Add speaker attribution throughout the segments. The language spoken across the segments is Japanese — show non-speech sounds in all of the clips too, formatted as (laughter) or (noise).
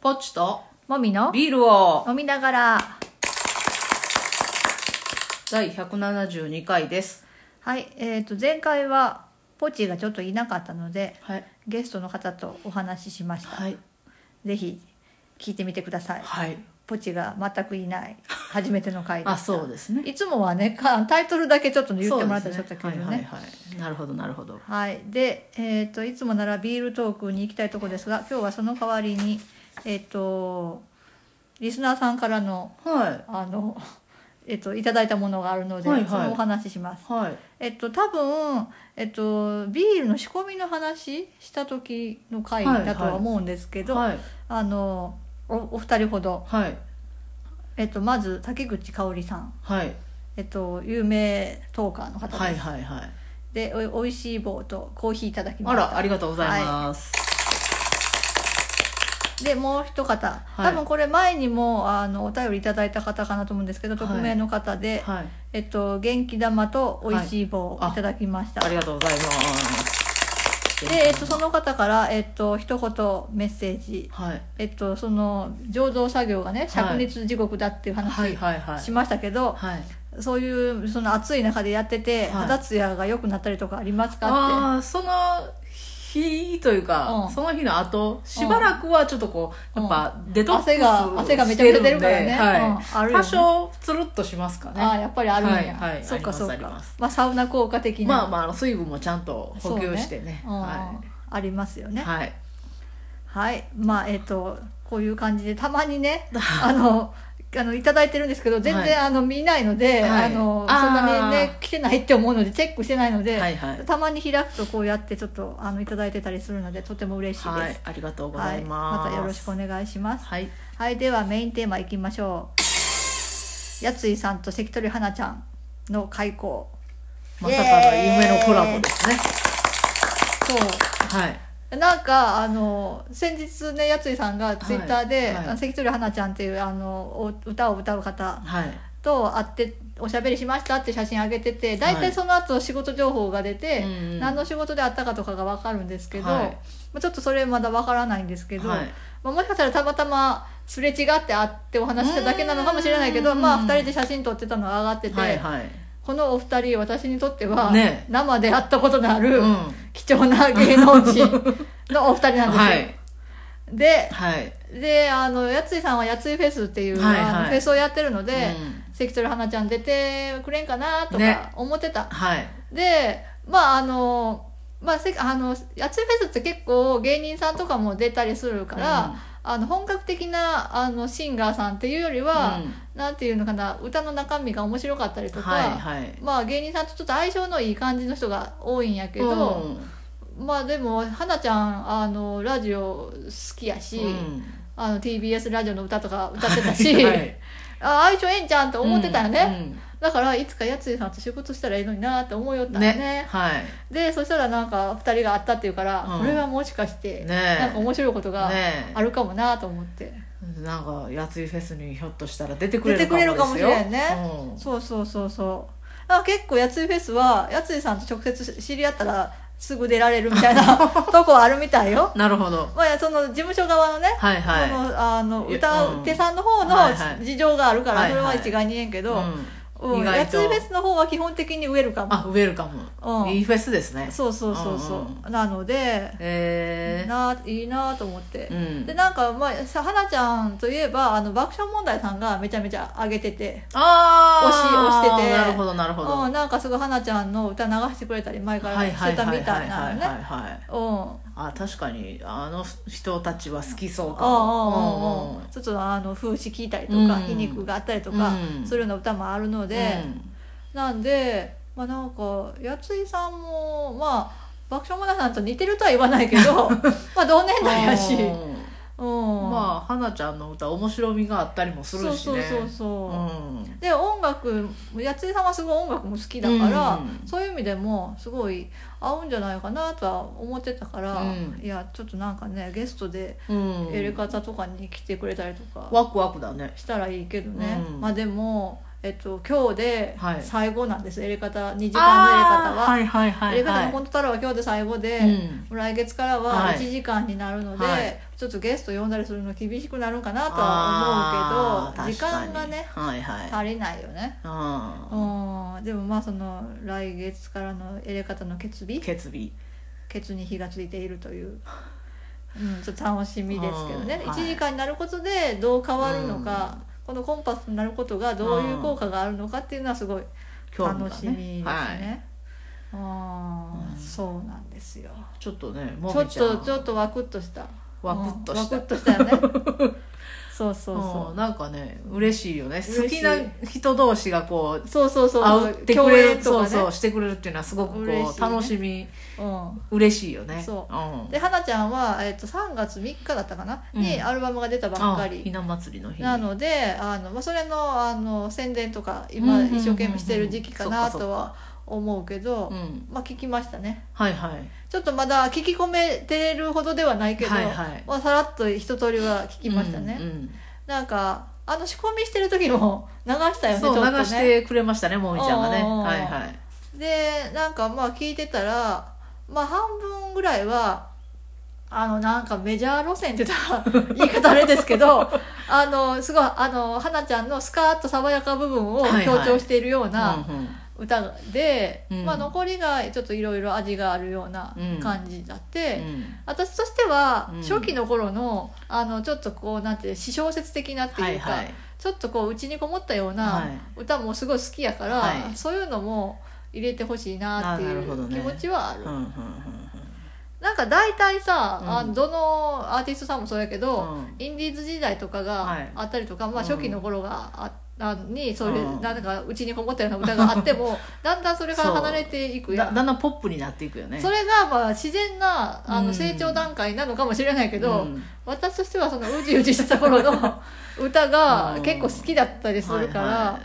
Speaker 1: ポチと
Speaker 2: もみの
Speaker 1: ビールを
Speaker 2: 飲みながら
Speaker 1: 第172回です。
Speaker 2: はいえー、と前回はポチがちょっといなかったので
Speaker 1: はい。
Speaker 2: ゲストの方とお話ししました、
Speaker 1: はい。
Speaker 2: ぜひ聞いてみてください
Speaker 1: はい。
Speaker 2: ポチが全くいない初めての回でした
Speaker 1: あ、そうですね。
Speaker 2: いつもはねかタイトルだけちょっと言ってもらったりし
Speaker 1: そ
Speaker 2: ょ
Speaker 1: う
Speaker 2: っ
Speaker 1: で
Speaker 2: たけ
Speaker 1: す
Speaker 2: どね
Speaker 1: はいはいはい。なるほどなるほど。
Speaker 2: はい、で、えー、といつもならビールトークに行きたいとこですが今日はその代わりに、えー、とリスナーさんからの
Speaker 1: は
Speaker 2: あの、えー、といただいたものがあるので、
Speaker 1: はいはい
Speaker 2: そのお話しします。
Speaker 1: い。はい。
Speaker 2: えっと、多分、えっと、ビールの仕込みの話した時の回だとは思うんですけど、
Speaker 1: はい。
Speaker 2: あのおお二人ほど、
Speaker 1: はい。
Speaker 2: えっと、まず竹口香織さん、
Speaker 1: はい。
Speaker 2: えっと、有名トーカーの方です、
Speaker 1: はいはいはい。
Speaker 2: でおおいしい棒とコーヒーいただきま
Speaker 1: あ
Speaker 2: した
Speaker 1: ら、ありがとうございます。
Speaker 2: でもう一方、
Speaker 1: い
Speaker 2: 多分これ前にもあのお便りいただいた方かなと思うんですけど、
Speaker 1: はい
Speaker 2: 匿名の方で、
Speaker 1: はい。
Speaker 2: えっと、元気玉とおいしい棒を
Speaker 1: はい
Speaker 2: いただきました、
Speaker 1: ありがとうございます。
Speaker 2: で、えっと、その方から、えっと、一言メッセージ
Speaker 1: はい。
Speaker 2: えっと、その醸造作業がね灼熱地獄だっていう
Speaker 1: は
Speaker 2: 話
Speaker 1: いはいはい。
Speaker 2: しましたけど、
Speaker 1: はい。
Speaker 2: そういうその暑い中でやってて、
Speaker 1: はい
Speaker 2: 肌ツヤが良くなったりとかありますかっ
Speaker 1: ああその日というか、
Speaker 2: うん
Speaker 1: その日の後しばらくはちょっとこう、
Speaker 2: うん
Speaker 1: やっぱデ
Speaker 2: て
Speaker 1: トックス
Speaker 2: 汗が汗がめちゃめちゃ出るから
Speaker 1: してん
Speaker 2: ね、
Speaker 1: ではい
Speaker 2: うんあるよね
Speaker 1: 多少つるっとしますかね
Speaker 2: ああやっぱりあるんや、
Speaker 1: はいはい
Speaker 2: そっかそっ
Speaker 1: ありますあり
Speaker 2: か
Speaker 1: ます
Speaker 2: まあサウナ効果的な
Speaker 1: まあまああの水分もちゃんと補給してね
Speaker 2: うん
Speaker 1: は
Speaker 2: ありますよ
Speaker 1: い、
Speaker 2: ねはい、
Speaker 1: はい、
Speaker 2: まあえっとこういう感じでたま
Speaker 1: (laughs)
Speaker 2: にねあのあのいただいてるんですけど全然、
Speaker 1: はい
Speaker 2: あの見ないので、
Speaker 1: はい
Speaker 2: あの
Speaker 1: あー
Speaker 2: そんなにね来てないって思うのでチェックしてないので、
Speaker 1: はいはい
Speaker 2: たまに開くとこうやってちょっとあのいただいてたりするのでとても嬉しいです、
Speaker 1: は
Speaker 2: はいい、
Speaker 1: ありがとうございます、
Speaker 2: またよろしくお願いします
Speaker 1: はい
Speaker 2: はいではメインテーマいきましょうやついさんと関取花ちゃんの開講
Speaker 1: まさかの夢のコラボですね
Speaker 2: そう
Speaker 1: はい
Speaker 2: なんかあの先日ねやついさんがツイッターで、
Speaker 1: はい
Speaker 2: あの関取花ちゃんっていうあのお歌を歌う方
Speaker 1: はい
Speaker 2: と会っておしゃべりしましたって写真あげてて大
Speaker 1: は
Speaker 2: 体
Speaker 1: い
Speaker 2: その後仕事情報が出て、
Speaker 1: うんうん
Speaker 2: 何の仕事で会ったかとかが分かるんですけど、
Speaker 1: はい
Speaker 2: まあちょっとそれまだ分からないんですけど、
Speaker 1: はい
Speaker 2: まあ、もしかしたらたまたますれ違って会ってお話ししただけなのかもしれないけど、
Speaker 1: うん
Speaker 2: まあ、2人で写真撮ってたのが上がってて、
Speaker 1: はいはい
Speaker 2: このお二人私にとっては、
Speaker 1: ね
Speaker 2: 生で会ったことのある、
Speaker 1: うん
Speaker 2: 貴重な芸能人のお二人なんですよ。
Speaker 1: (laughs) はい
Speaker 2: で
Speaker 1: はい
Speaker 2: であのやついさんはやついフェスっていう、
Speaker 1: はいはい
Speaker 2: あのフェスをやってるので、
Speaker 1: うん
Speaker 2: 関取花ちゃん出てくれんかなと
Speaker 1: ね
Speaker 2: か思ってた、
Speaker 1: はい
Speaker 2: でまああのまあ、せあのやついフェスって結構芸人さんとかも出たりするから、
Speaker 1: うん
Speaker 2: あの本格的なあのシンガーさんっていうよりは、なんていうのかな歌の中身が面白かったり
Speaker 1: う
Speaker 2: と
Speaker 1: ん、
Speaker 2: か、
Speaker 1: はいはい
Speaker 2: まあ、芸人さんとちょっと相性のいい感じの人が多いんやけど、
Speaker 1: うん
Speaker 2: まあでも花ちゃんあのラジオ好きやし、
Speaker 1: うん
Speaker 2: あの TBS ラジオの歌とか歌ってたし、
Speaker 1: (laughs)
Speaker 2: あ相性ええんちゃんと
Speaker 1: と
Speaker 2: (laughs) 思ってたよね、、だからいつかやついさんと仕事したらええのになって思いよっ
Speaker 1: うん
Speaker 2: た
Speaker 1: うん
Speaker 2: んね
Speaker 1: ねはい
Speaker 2: でそしたらなんか2人が会ったっていうから、
Speaker 1: うん
Speaker 2: これはもしかして、
Speaker 1: ね
Speaker 2: なんか面白いことが
Speaker 1: ね
Speaker 2: あるかもなと思って、
Speaker 1: なんかやついフェスにひょっとしたら出てくれる
Speaker 2: 出てくれるかもしれんね
Speaker 1: かもですよ
Speaker 2: そうそうそうそうだから結構やついフェスはやついさんと直接知り合ったらすぐ出られるみたい (laughs) なとこあるみたいよ
Speaker 1: うんなるほど
Speaker 2: まあその事務所側のね
Speaker 1: はいはい
Speaker 2: そのあの
Speaker 1: いや
Speaker 2: 歌
Speaker 1: うん
Speaker 2: 手さんの方
Speaker 1: はいはい
Speaker 2: の事情があるから、
Speaker 1: はいはい
Speaker 2: それは一概に言えんけど、
Speaker 1: うん
Speaker 2: うん
Speaker 1: 意
Speaker 2: や
Speaker 1: 外
Speaker 2: つ
Speaker 1: と
Speaker 2: いフェスの方は基本的にウェルカム
Speaker 1: あウェルカム、
Speaker 2: うん
Speaker 1: いいフェスですね
Speaker 2: そうそうそうそう、なので、
Speaker 1: えー
Speaker 2: ないいなと思って、
Speaker 1: うん
Speaker 2: でなんかまあさはなちゃんといえばあの爆笑問題さんがめちゃめちゃ上げてて。
Speaker 1: あー
Speaker 2: 押し押してて
Speaker 1: なるほどなるほど、
Speaker 2: うん、なんかすぐ花ちゃんの歌流してくれたり前から
Speaker 1: はい
Speaker 2: し
Speaker 1: はい
Speaker 2: てた
Speaker 1: は
Speaker 2: み
Speaker 1: いは
Speaker 2: た
Speaker 1: い
Speaker 2: い
Speaker 1: は
Speaker 2: ないの
Speaker 1: は
Speaker 2: ね
Speaker 1: いはい
Speaker 2: うん
Speaker 1: あ確かにあの人たちは好きそうか
Speaker 2: うんうん
Speaker 1: も
Speaker 2: うんちょっとあの風刺聞いたりと
Speaker 1: うん
Speaker 2: か皮肉があったりとか
Speaker 1: うん
Speaker 2: そういうような歌もあるのでなんでまあなんかやついさんもまあ爆笑問題さんと似てるとは言わないけ
Speaker 1: (laughs)
Speaker 2: どまあ同年代やしうん
Speaker 1: うんまあ花ちゃんの歌面白みがあったりもするしね
Speaker 2: そうそうそうそう
Speaker 1: うん
Speaker 2: で音楽やついさんはすごい音楽も好きだから、
Speaker 1: うん
Speaker 2: そういう意味でもすごい合うんじゃないかなとは思ってたから、
Speaker 1: うん
Speaker 2: いやちょっとなんかねゲストで
Speaker 1: うん
Speaker 2: やり方とかに来てくれたりとか
Speaker 1: ワクワクだね
Speaker 2: したらいいけどね、
Speaker 1: うん
Speaker 2: まあでも、えっと、今日で
Speaker 1: はい
Speaker 2: 最後なんです、やり方2時
Speaker 1: 時
Speaker 2: 間のやり方は。
Speaker 1: いはいは
Speaker 2: やり方のコント太郎は今日で最後で、
Speaker 1: うん
Speaker 2: 来月から
Speaker 1: は
Speaker 2: はい1時間になるので、
Speaker 1: はい
Speaker 2: ちちょっとゲスト呼んだりするの厳しくなるんかなとは思うけど時間がね
Speaker 1: はいはい
Speaker 2: 足りないよね
Speaker 1: あ
Speaker 2: うんでもまあその来月からのエレ方の決
Speaker 1: ー
Speaker 2: 日
Speaker 1: 決備
Speaker 2: ケツに火がついているという、
Speaker 1: (laughs)
Speaker 2: うん、ちょっと楽しみですけどね、
Speaker 1: うんはい
Speaker 2: 1時間になることでどう変わるのか、このコンパスになることがどういう効果があるのかっていうのはすごい
Speaker 1: 興味がね
Speaker 2: 楽しみですね。
Speaker 1: はい、
Speaker 2: あー
Speaker 1: うん
Speaker 2: そうなんですよ。
Speaker 1: ちょっとね
Speaker 2: ち
Speaker 1: も
Speaker 2: ょ
Speaker 1: み
Speaker 2: っ
Speaker 1: ちゃん
Speaker 2: とちょっとワクッとした。
Speaker 1: ワクッとした、
Speaker 2: うんワクッとしたよね。
Speaker 1: (laughs)
Speaker 2: そうそう
Speaker 1: う
Speaker 2: そ
Speaker 1: んなんかね嬉しいよね
Speaker 2: 嬉し
Speaker 1: 好き
Speaker 2: い
Speaker 1: な人同士がこう
Speaker 2: う。そうそうそう。
Speaker 1: 会ってくれ、
Speaker 2: 共
Speaker 1: そう
Speaker 2: 演と
Speaker 1: そ
Speaker 2: か
Speaker 1: うしてくれるっていうのはすごくこう、
Speaker 2: 嬉しいね
Speaker 1: 楽しみ
Speaker 2: ね。
Speaker 1: 嬉しいよね、
Speaker 2: そううん
Speaker 1: ん、
Speaker 2: で、花ちゃんはえっと3月3日だったかな
Speaker 1: うん
Speaker 2: にアルバムが出たばっかり
Speaker 1: あ。ひな祭りの日
Speaker 2: なのであの、まあ、それのあの宣伝とか今
Speaker 1: うんうんうんうん
Speaker 2: 一生懸命してる時期か
Speaker 1: そっ
Speaker 2: な
Speaker 1: かそっか
Speaker 2: とは思うけど、
Speaker 1: うん
Speaker 2: まあ聞きましたね
Speaker 1: はいはい
Speaker 2: ちょっとまだ聞き込めてるほどではないけど、
Speaker 1: はいはい
Speaker 2: まあ、さらっと一通りは聞きましたね、
Speaker 1: うんうん
Speaker 2: なんかあの仕込みしてる時も流したよね
Speaker 1: そう
Speaker 2: ちょっ
Speaker 1: 流
Speaker 2: と
Speaker 1: し
Speaker 2: ね
Speaker 1: てくれましたねもみちゃんがね
Speaker 2: おーおーおー
Speaker 1: はいはい
Speaker 2: でなんかまあ聞いてたらまあ半分ぐらいはあのなんかメジャー路線って言った
Speaker 1: (laughs)
Speaker 2: ら言い方あれですけどあのすごいあの花ちゃんのスカーッと爽やか部分を
Speaker 1: はいはい
Speaker 2: 強調しているような
Speaker 1: うんうん
Speaker 2: 歌で、
Speaker 1: うん
Speaker 2: まあ、残りがちょっといろいろ味があるような感じだって、
Speaker 1: うん
Speaker 2: 私としては
Speaker 1: うん
Speaker 2: 初期の頃の,、あのちょっとこうなんて私小説的なって
Speaker 1: はい
Speaker 2: いうか、
Speaker 1: はい
Speaker 2: ちょっとこう内にこもったよう
Speaker 1: は
Speaker 2: ない歌もすごい好きやから、
Speaker 1: はい
Speaker 2: そういうのも入れてほしいなってい
Speaker 1: あーなるほど
Speaker 2: う
Speaker 1: ね
Speaker 2: 気持ちはある
Speaker 1: うんうんうん
Speaker 2: なんか大体さ、あ
Speaker 1: うん
Speaker 2: どのアーティストさんもそうやけど、
Speaker 1: うんうん
Speaker 2: インディーズ時代とか
Speaker 1: は
Speaker 2: が
Speaker 1: い
Speaker 2: あったりとか、まあ、
Speaker 1: うん
Speaker 2: 初期の頃があったのにそれ、
Speaker 1: うん
Speaker 2: なんかうちにこもったような歌があって
Speaker 1: (laughs)
Speaker 2: もだんだんそれから離れていくや
Speaker 1: だ
Speaker 2: ん
Speaker 1: だんだんポップになっていくよね
Speaker 2: それがまあ自然なあ
Speaker 1: う
Speaker 2: の
Speaker 1: ん
Speaker 2: 成長段階なのかもしれないけど、
Speaker 1: うん
Speaker 2: 私としてはそのうじうじした頃の
Speaker 1: (laughs)
Speaker 2: 歌が結構好きだったりするから、
Speaker 1: はい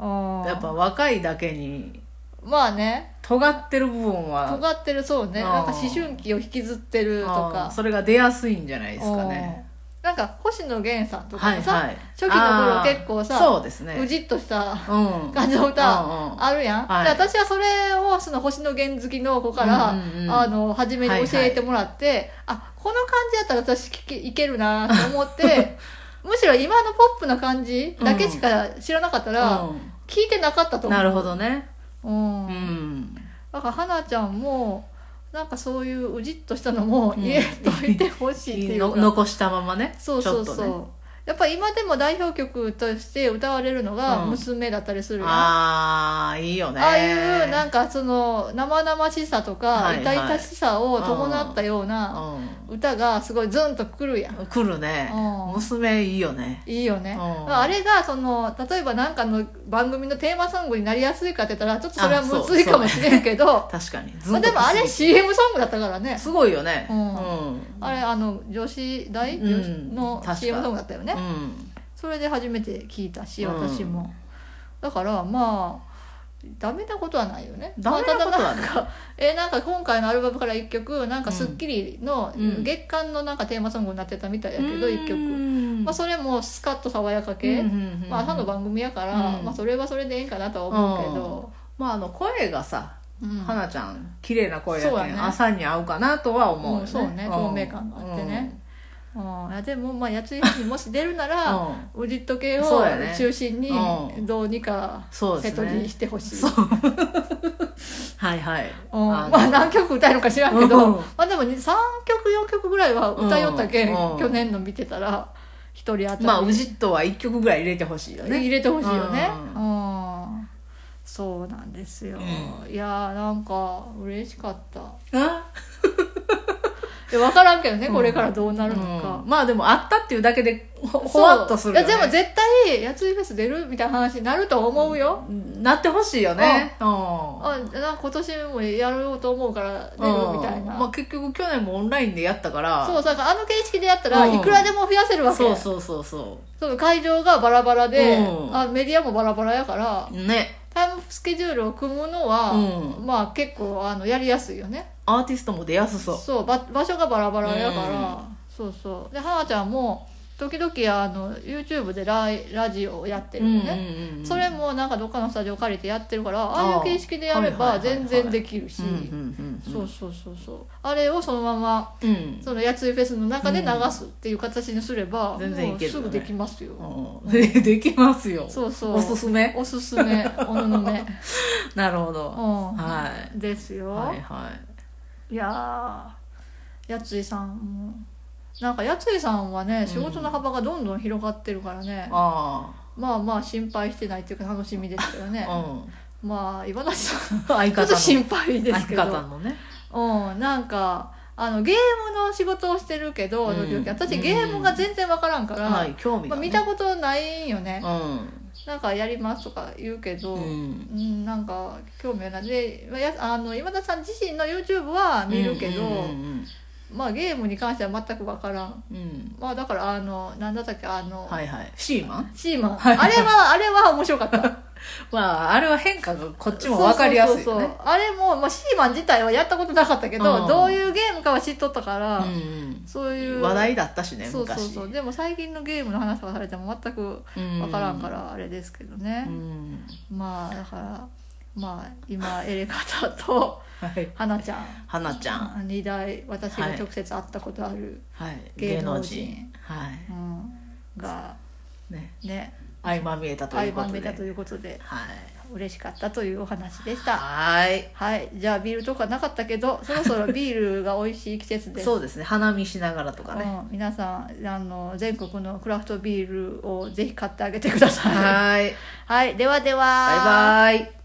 Speaker 2: うん
Speaker 1: はいやっぱ若いだけに
Speaker 2: まあね
Speaker 1: 尖ってる部分は
Speaker 2: 尖ってるそうね
Speaker 1: うん
Speaker 2: なんか思春期を引きずってると
Speaker 1: あー
Speaker 2: か
Speaker 1: それが出やすいんじゃないですかね
Speaker 2: うんなんか星野源さんとかもさ、
Speaker 1: い、
Speaker 2: 初期の頃結構さ
Speaker 1: あーそうですね
Speaker 2: うじっとした
Speaker 1: うん
Speaker 2: 感じの歌
Speaker 1: うんうん
Speaker 2: あるやん、
Speaker 1: はい
Speaker 2: で私はそれをその星野源好きの子から、
Speaker 1: うんうんうん
Speaker 2: あの初めに教えてもらって、あこの感じやったら私聞けいけるなと思って (laughs) むしろ今のポップな感じだけしか知らなかったら、
Speaker 1: う
Speaker 2: 聞いてなかったと
Speaker 1: ん
Speaker 2: 思う
Speaker 1: なるほどね
Speaker 2: うん
Speaker 1: うん
Speaker 2: だから花ちゃんもなんかそういううじっとしたのも入れといてほしいっていう
Speaker 1: の
Speaker 2: か、
Speaker 1: 残したままね
Speaker 2: そうそうそう、
Speaker 1: ちょっとね
Speaker 2: やっぱ今でも代表曲として歌われるのが
Speaker 1: うん
Speaker 2: 娘だったりするやん
Speaker 1: ああいいよね
Speaker 2: ああいうなんんかその生々しさと
Speaker 1: は
Speaker 2: か
Speaker 1: い
Speaker 2: 痛々しさを伴ったような
Speaker 1: う
Speaker 2: 歌がすごいズンとくるやん、
Speaker 1: ん、来るね
Speaker 2: うん
Speaker 1: 娘いいよね
Speaker 2: いいよね、
Speaker 1: うん
Speaker 2: あれがその例えばなんかの番組のテーマソングになりやすいかって言ったらちょっとそれはむずいかもしれんけど
Speaker 1: 確かに
Speaker 2: まあ、でもあれ CM ソングだったからね
Speaker 1: すごいよね
Speaker 2: うん
Speaker 1: うん
Speaker 2: あれあの女子大、
Speaker 1: うん
Speaker 2: 女子の
Speaker 1: 確か
Speaker 2: CM ソングだったよね、
Speaker 1: うん
Speaker 2: それで初めて聞いたし
Speaker 1: うん
Speaker 2: 私も、だからまあダメなことはないよね
Speaker 1: ダメなことはない
Speaker 2: まあただなん (laughs) かえなんか今回のアルバムから1曲なんか『スッキリ』の
Speaker 1: うん
Speaker 2: 月間のなんかテーマソングになってたみたいやけど、1曲、
Speaker 1: 曲
Speaker 2: まあ、それもスカッと爽やか系、まあ、朝の番組やから、
Speaker 1: うん
Speaker 2: まあ、それはそれでええんかなとは思うけど、
Speaker 1: まああの声がさ
Speaker 2: うん
Speaker 1: はなちゃん綺麗な声や
Speaker 2: そう
Speaker 1: け
Speaker 2: やね
Speaker 1: ん朝に合うかなとは思うよ
Speaker 2: うん
Speaker 1: ね
Speaker 2: そうね
Speaker 1: ん
Speaker 2: 透明感があってねうんいやでもまあ八つ石にもし出るな
Speaker 1: うん
Speaker 2: ら、
Speaker 1: うん
Speaker 2: ウジット系を
Speaker 1: そうやね
Speaker 2: 中心に
Speaker 1: うん
Speaker 2: どうにか
Speaker 1: そうで
Speaker 2: 瀬
Speaker 1: す
Speaker 2: 戸に
Speaker 1: ね
Speaker 2: してほしい、
Speaker 1: そうはいはい
Speaker 2: うん
Speaker 1: あの
Speaker 2: まあ何曲歌えるか知らんけど、
Speaker 1: うん
Speaker 2: まあでも3曲4曲ぐらいは歌いよったけん、
Speaker 1: うん
Speaker 2: 去年の見てたら1人当たり、
Speaker 1: まあウジットは1曲ぐらい入れてほしいよね
Speaker 2: 入れてほしいよね
Speaker 1: う
Speaker 2: うん、そうなんですよ、
Speaker 1: う
Speaker 2: いやーなんか嬉しかった
Speaker 1: うん
Speaker 2: いや分からんけどねこれからどうなるのか、
Speaker 1: うんまあでもあったっていうだけでほ
Speaker 2: そう
Speaker 1: ほわっとするよ、ね、
Speaker 2: いやでも絶対やついフェス出るみたいな話になると思うよ、
Speaker 1: なってほしいよねうん
Speaker 2: あなんか今年もやろうと思うから出るみたいな、
Speaker 1: うんまあ、結局去年もオンラインでやったから
Speaker 2: そうだからあの形式でやったら
Speaker 1: うん
Speaker 2: いくらでも増やせるわけ、
Speaker 1: そうそうそうそ
Speaker 2: その会場がバラバラで、
Speaker 1: うん
Speaker 2: あメディアもバラバラやから
Speaker 1: うね
Speaker 2: タイムスケジュールを組むのは、
Speaker 1: う
Speaker 2: まあ結構あのやりやすいよね
Speaker 1: アーティストも出やすそう
Speaker 2: ば場所がバラバラやから、
Speaker 1: う
Speaker 2: そうそうで花ちゃんも時々あの YouTube でライラジオをやってるのね、
Speaker 1: うんうん
Speaker 2: それもなんかどっかのスタジオ借りてやってるからあ
Speaker 1: あ
Speaker 2: あ
Speaker 1: あ
Speaker 2: いう形式でやれ
Speaker 1: はい
Speaker 2: ば
Speaker 1: はいはいはい
Speaker 2: 全然できるし、
Speaker 1: うんうんうん
Speaker 2: そうそうそうそうあれをそのまま
Speaker 1: うんうん
Speaker 2: そのやついフェスの中で流すっていう形にすれば、
Speaker 1: 全然いける
Speaker 2: も
Speaker 1: よ
Speaker 2: う
Speaker 1: ね
Speaker 2: すぐできますよ、
Speaker 1: うん (laughs) でできますよ
Speaker 2: そうそう
Speaker 1: おすすめ
Speaker 2: おすす
Speaker 1: (laughs)
Speaker 2: めおののね、
Speaker 1: なるほ
Speaker 2: う
Speaker 1: ど
Speaker 2: ん
Speaker 1: は
Speaker 2: ですよ、
Speaker 1: いはいはい
Speaker 2: い、やーやついさんもなんかやついさんはね仕事の幅がどんどん広がってるからね、
Speaker 1: あ
Speaker 2: まあまあ心配してないっていうか楽しみですけどね、
Speaker 1: あ (laughs)
Speaker 2: (laughs)
Speaker 1: うん
Speaker 2: まあ岩梨さん
Speaker 1: 相
Speaker 2: ちょっ
Speaker 1: 方
Speaker 2: と
Speaker 1: の
Speaker 2: 心配ですけ
Speaker 1: 相方
Speaker 2: ど
Speaker 1: のね
Speaker 2: うんなんかあのゲームの仕事をしてるけど、
Speaker 1: うん
Speaker 2: 時々私ゲームが全然わからんから、
Speaker 1: はい興味が
Speaker 2: まあ、
Speaker 1: ね
Speaker 2: 見たことないんよね、
Speaker 1: うん
Speaker 2: なんかやりますとか言うけど、
Speaker 1: う
Speaker 2: うん
Speaker 1: ん
Speaker 2: なんか興味はないでまあやあの今田さん自身の YouTube は見るけど、
Speaker 1: うん
Speaker 2: まあ、ゲームに関しては全くわからん、
Speaker 1: うんうんうん
Speaker 2: まあ、だからあのなんだったっけあの、
Speaker 1: はいはいシーマン
Speaker 2: シーマン、
Speaker 1: はい
Speaker 2: あれはあれは面白か
Speaker 1: (laughs)
Speaker 2: った
Speaker 1: まああれは変化がこっちも分かりやすい
Speaker 2: そ
Speaker 1: よ
Speaker 2: うそう
Speaker 1: ね
Speaker 2: そうあれも、まあ、シーマン自体はやったことなかったけど、
Speaker 1: うん
Speaker 2: どういうゲームかは知っとったから、
Speaker 1: うん
Speaker 2: そう
Speaker 1: う
Speaker 2: いうん
Speaker 1: 話題だったしね
Speaker 2: そうそう
Speaker 1: 昔
Speaker 2: そうでも最近のゲームの話とかされても全く
Speaker 1: 分
Speaker 2: 分からんからあれですけどね、まあだからまあ今エレカタと
Speaker 1: はい
Speaker 2: 花ちゃ
Speaker 1: はなちゃん
Speaker 2: ん二代私が直接会ったことある、
Speaker 1: はい
Speaker 2: 芸
Speaker 1: 芸
Speaker 2: 能
Speaker 1: 能
Speaker 2: 人
Speaker 1: 人はい
Speaker 2: うん、が
Speaker 1: ね
Speaker 2: ね
Speaker 1: 相まみえたという
Speaker 2: 相
Speaker 1: こ
Speaker 2: ま
Speaker 1: と
Speaker 2: めたと
Speaker 1: で
Speaker 2: いうことで
Speaker 1: はい
Speaker 2: 嬉しかったというお話でした。
Speaker 1: はい
Speaker 2: はい、じゃあビールとかなかったけど、そろそろビールが美味しい季節です。
Speaker 1: そうですね花見しながらとかね
Speaker 2: うん、皆さんあの全国のクラフトビールをぜひ買ってあげてください。
Speaker 1: はい
Speaker 2: はい、ではでは。
Speaker 1: バイバイ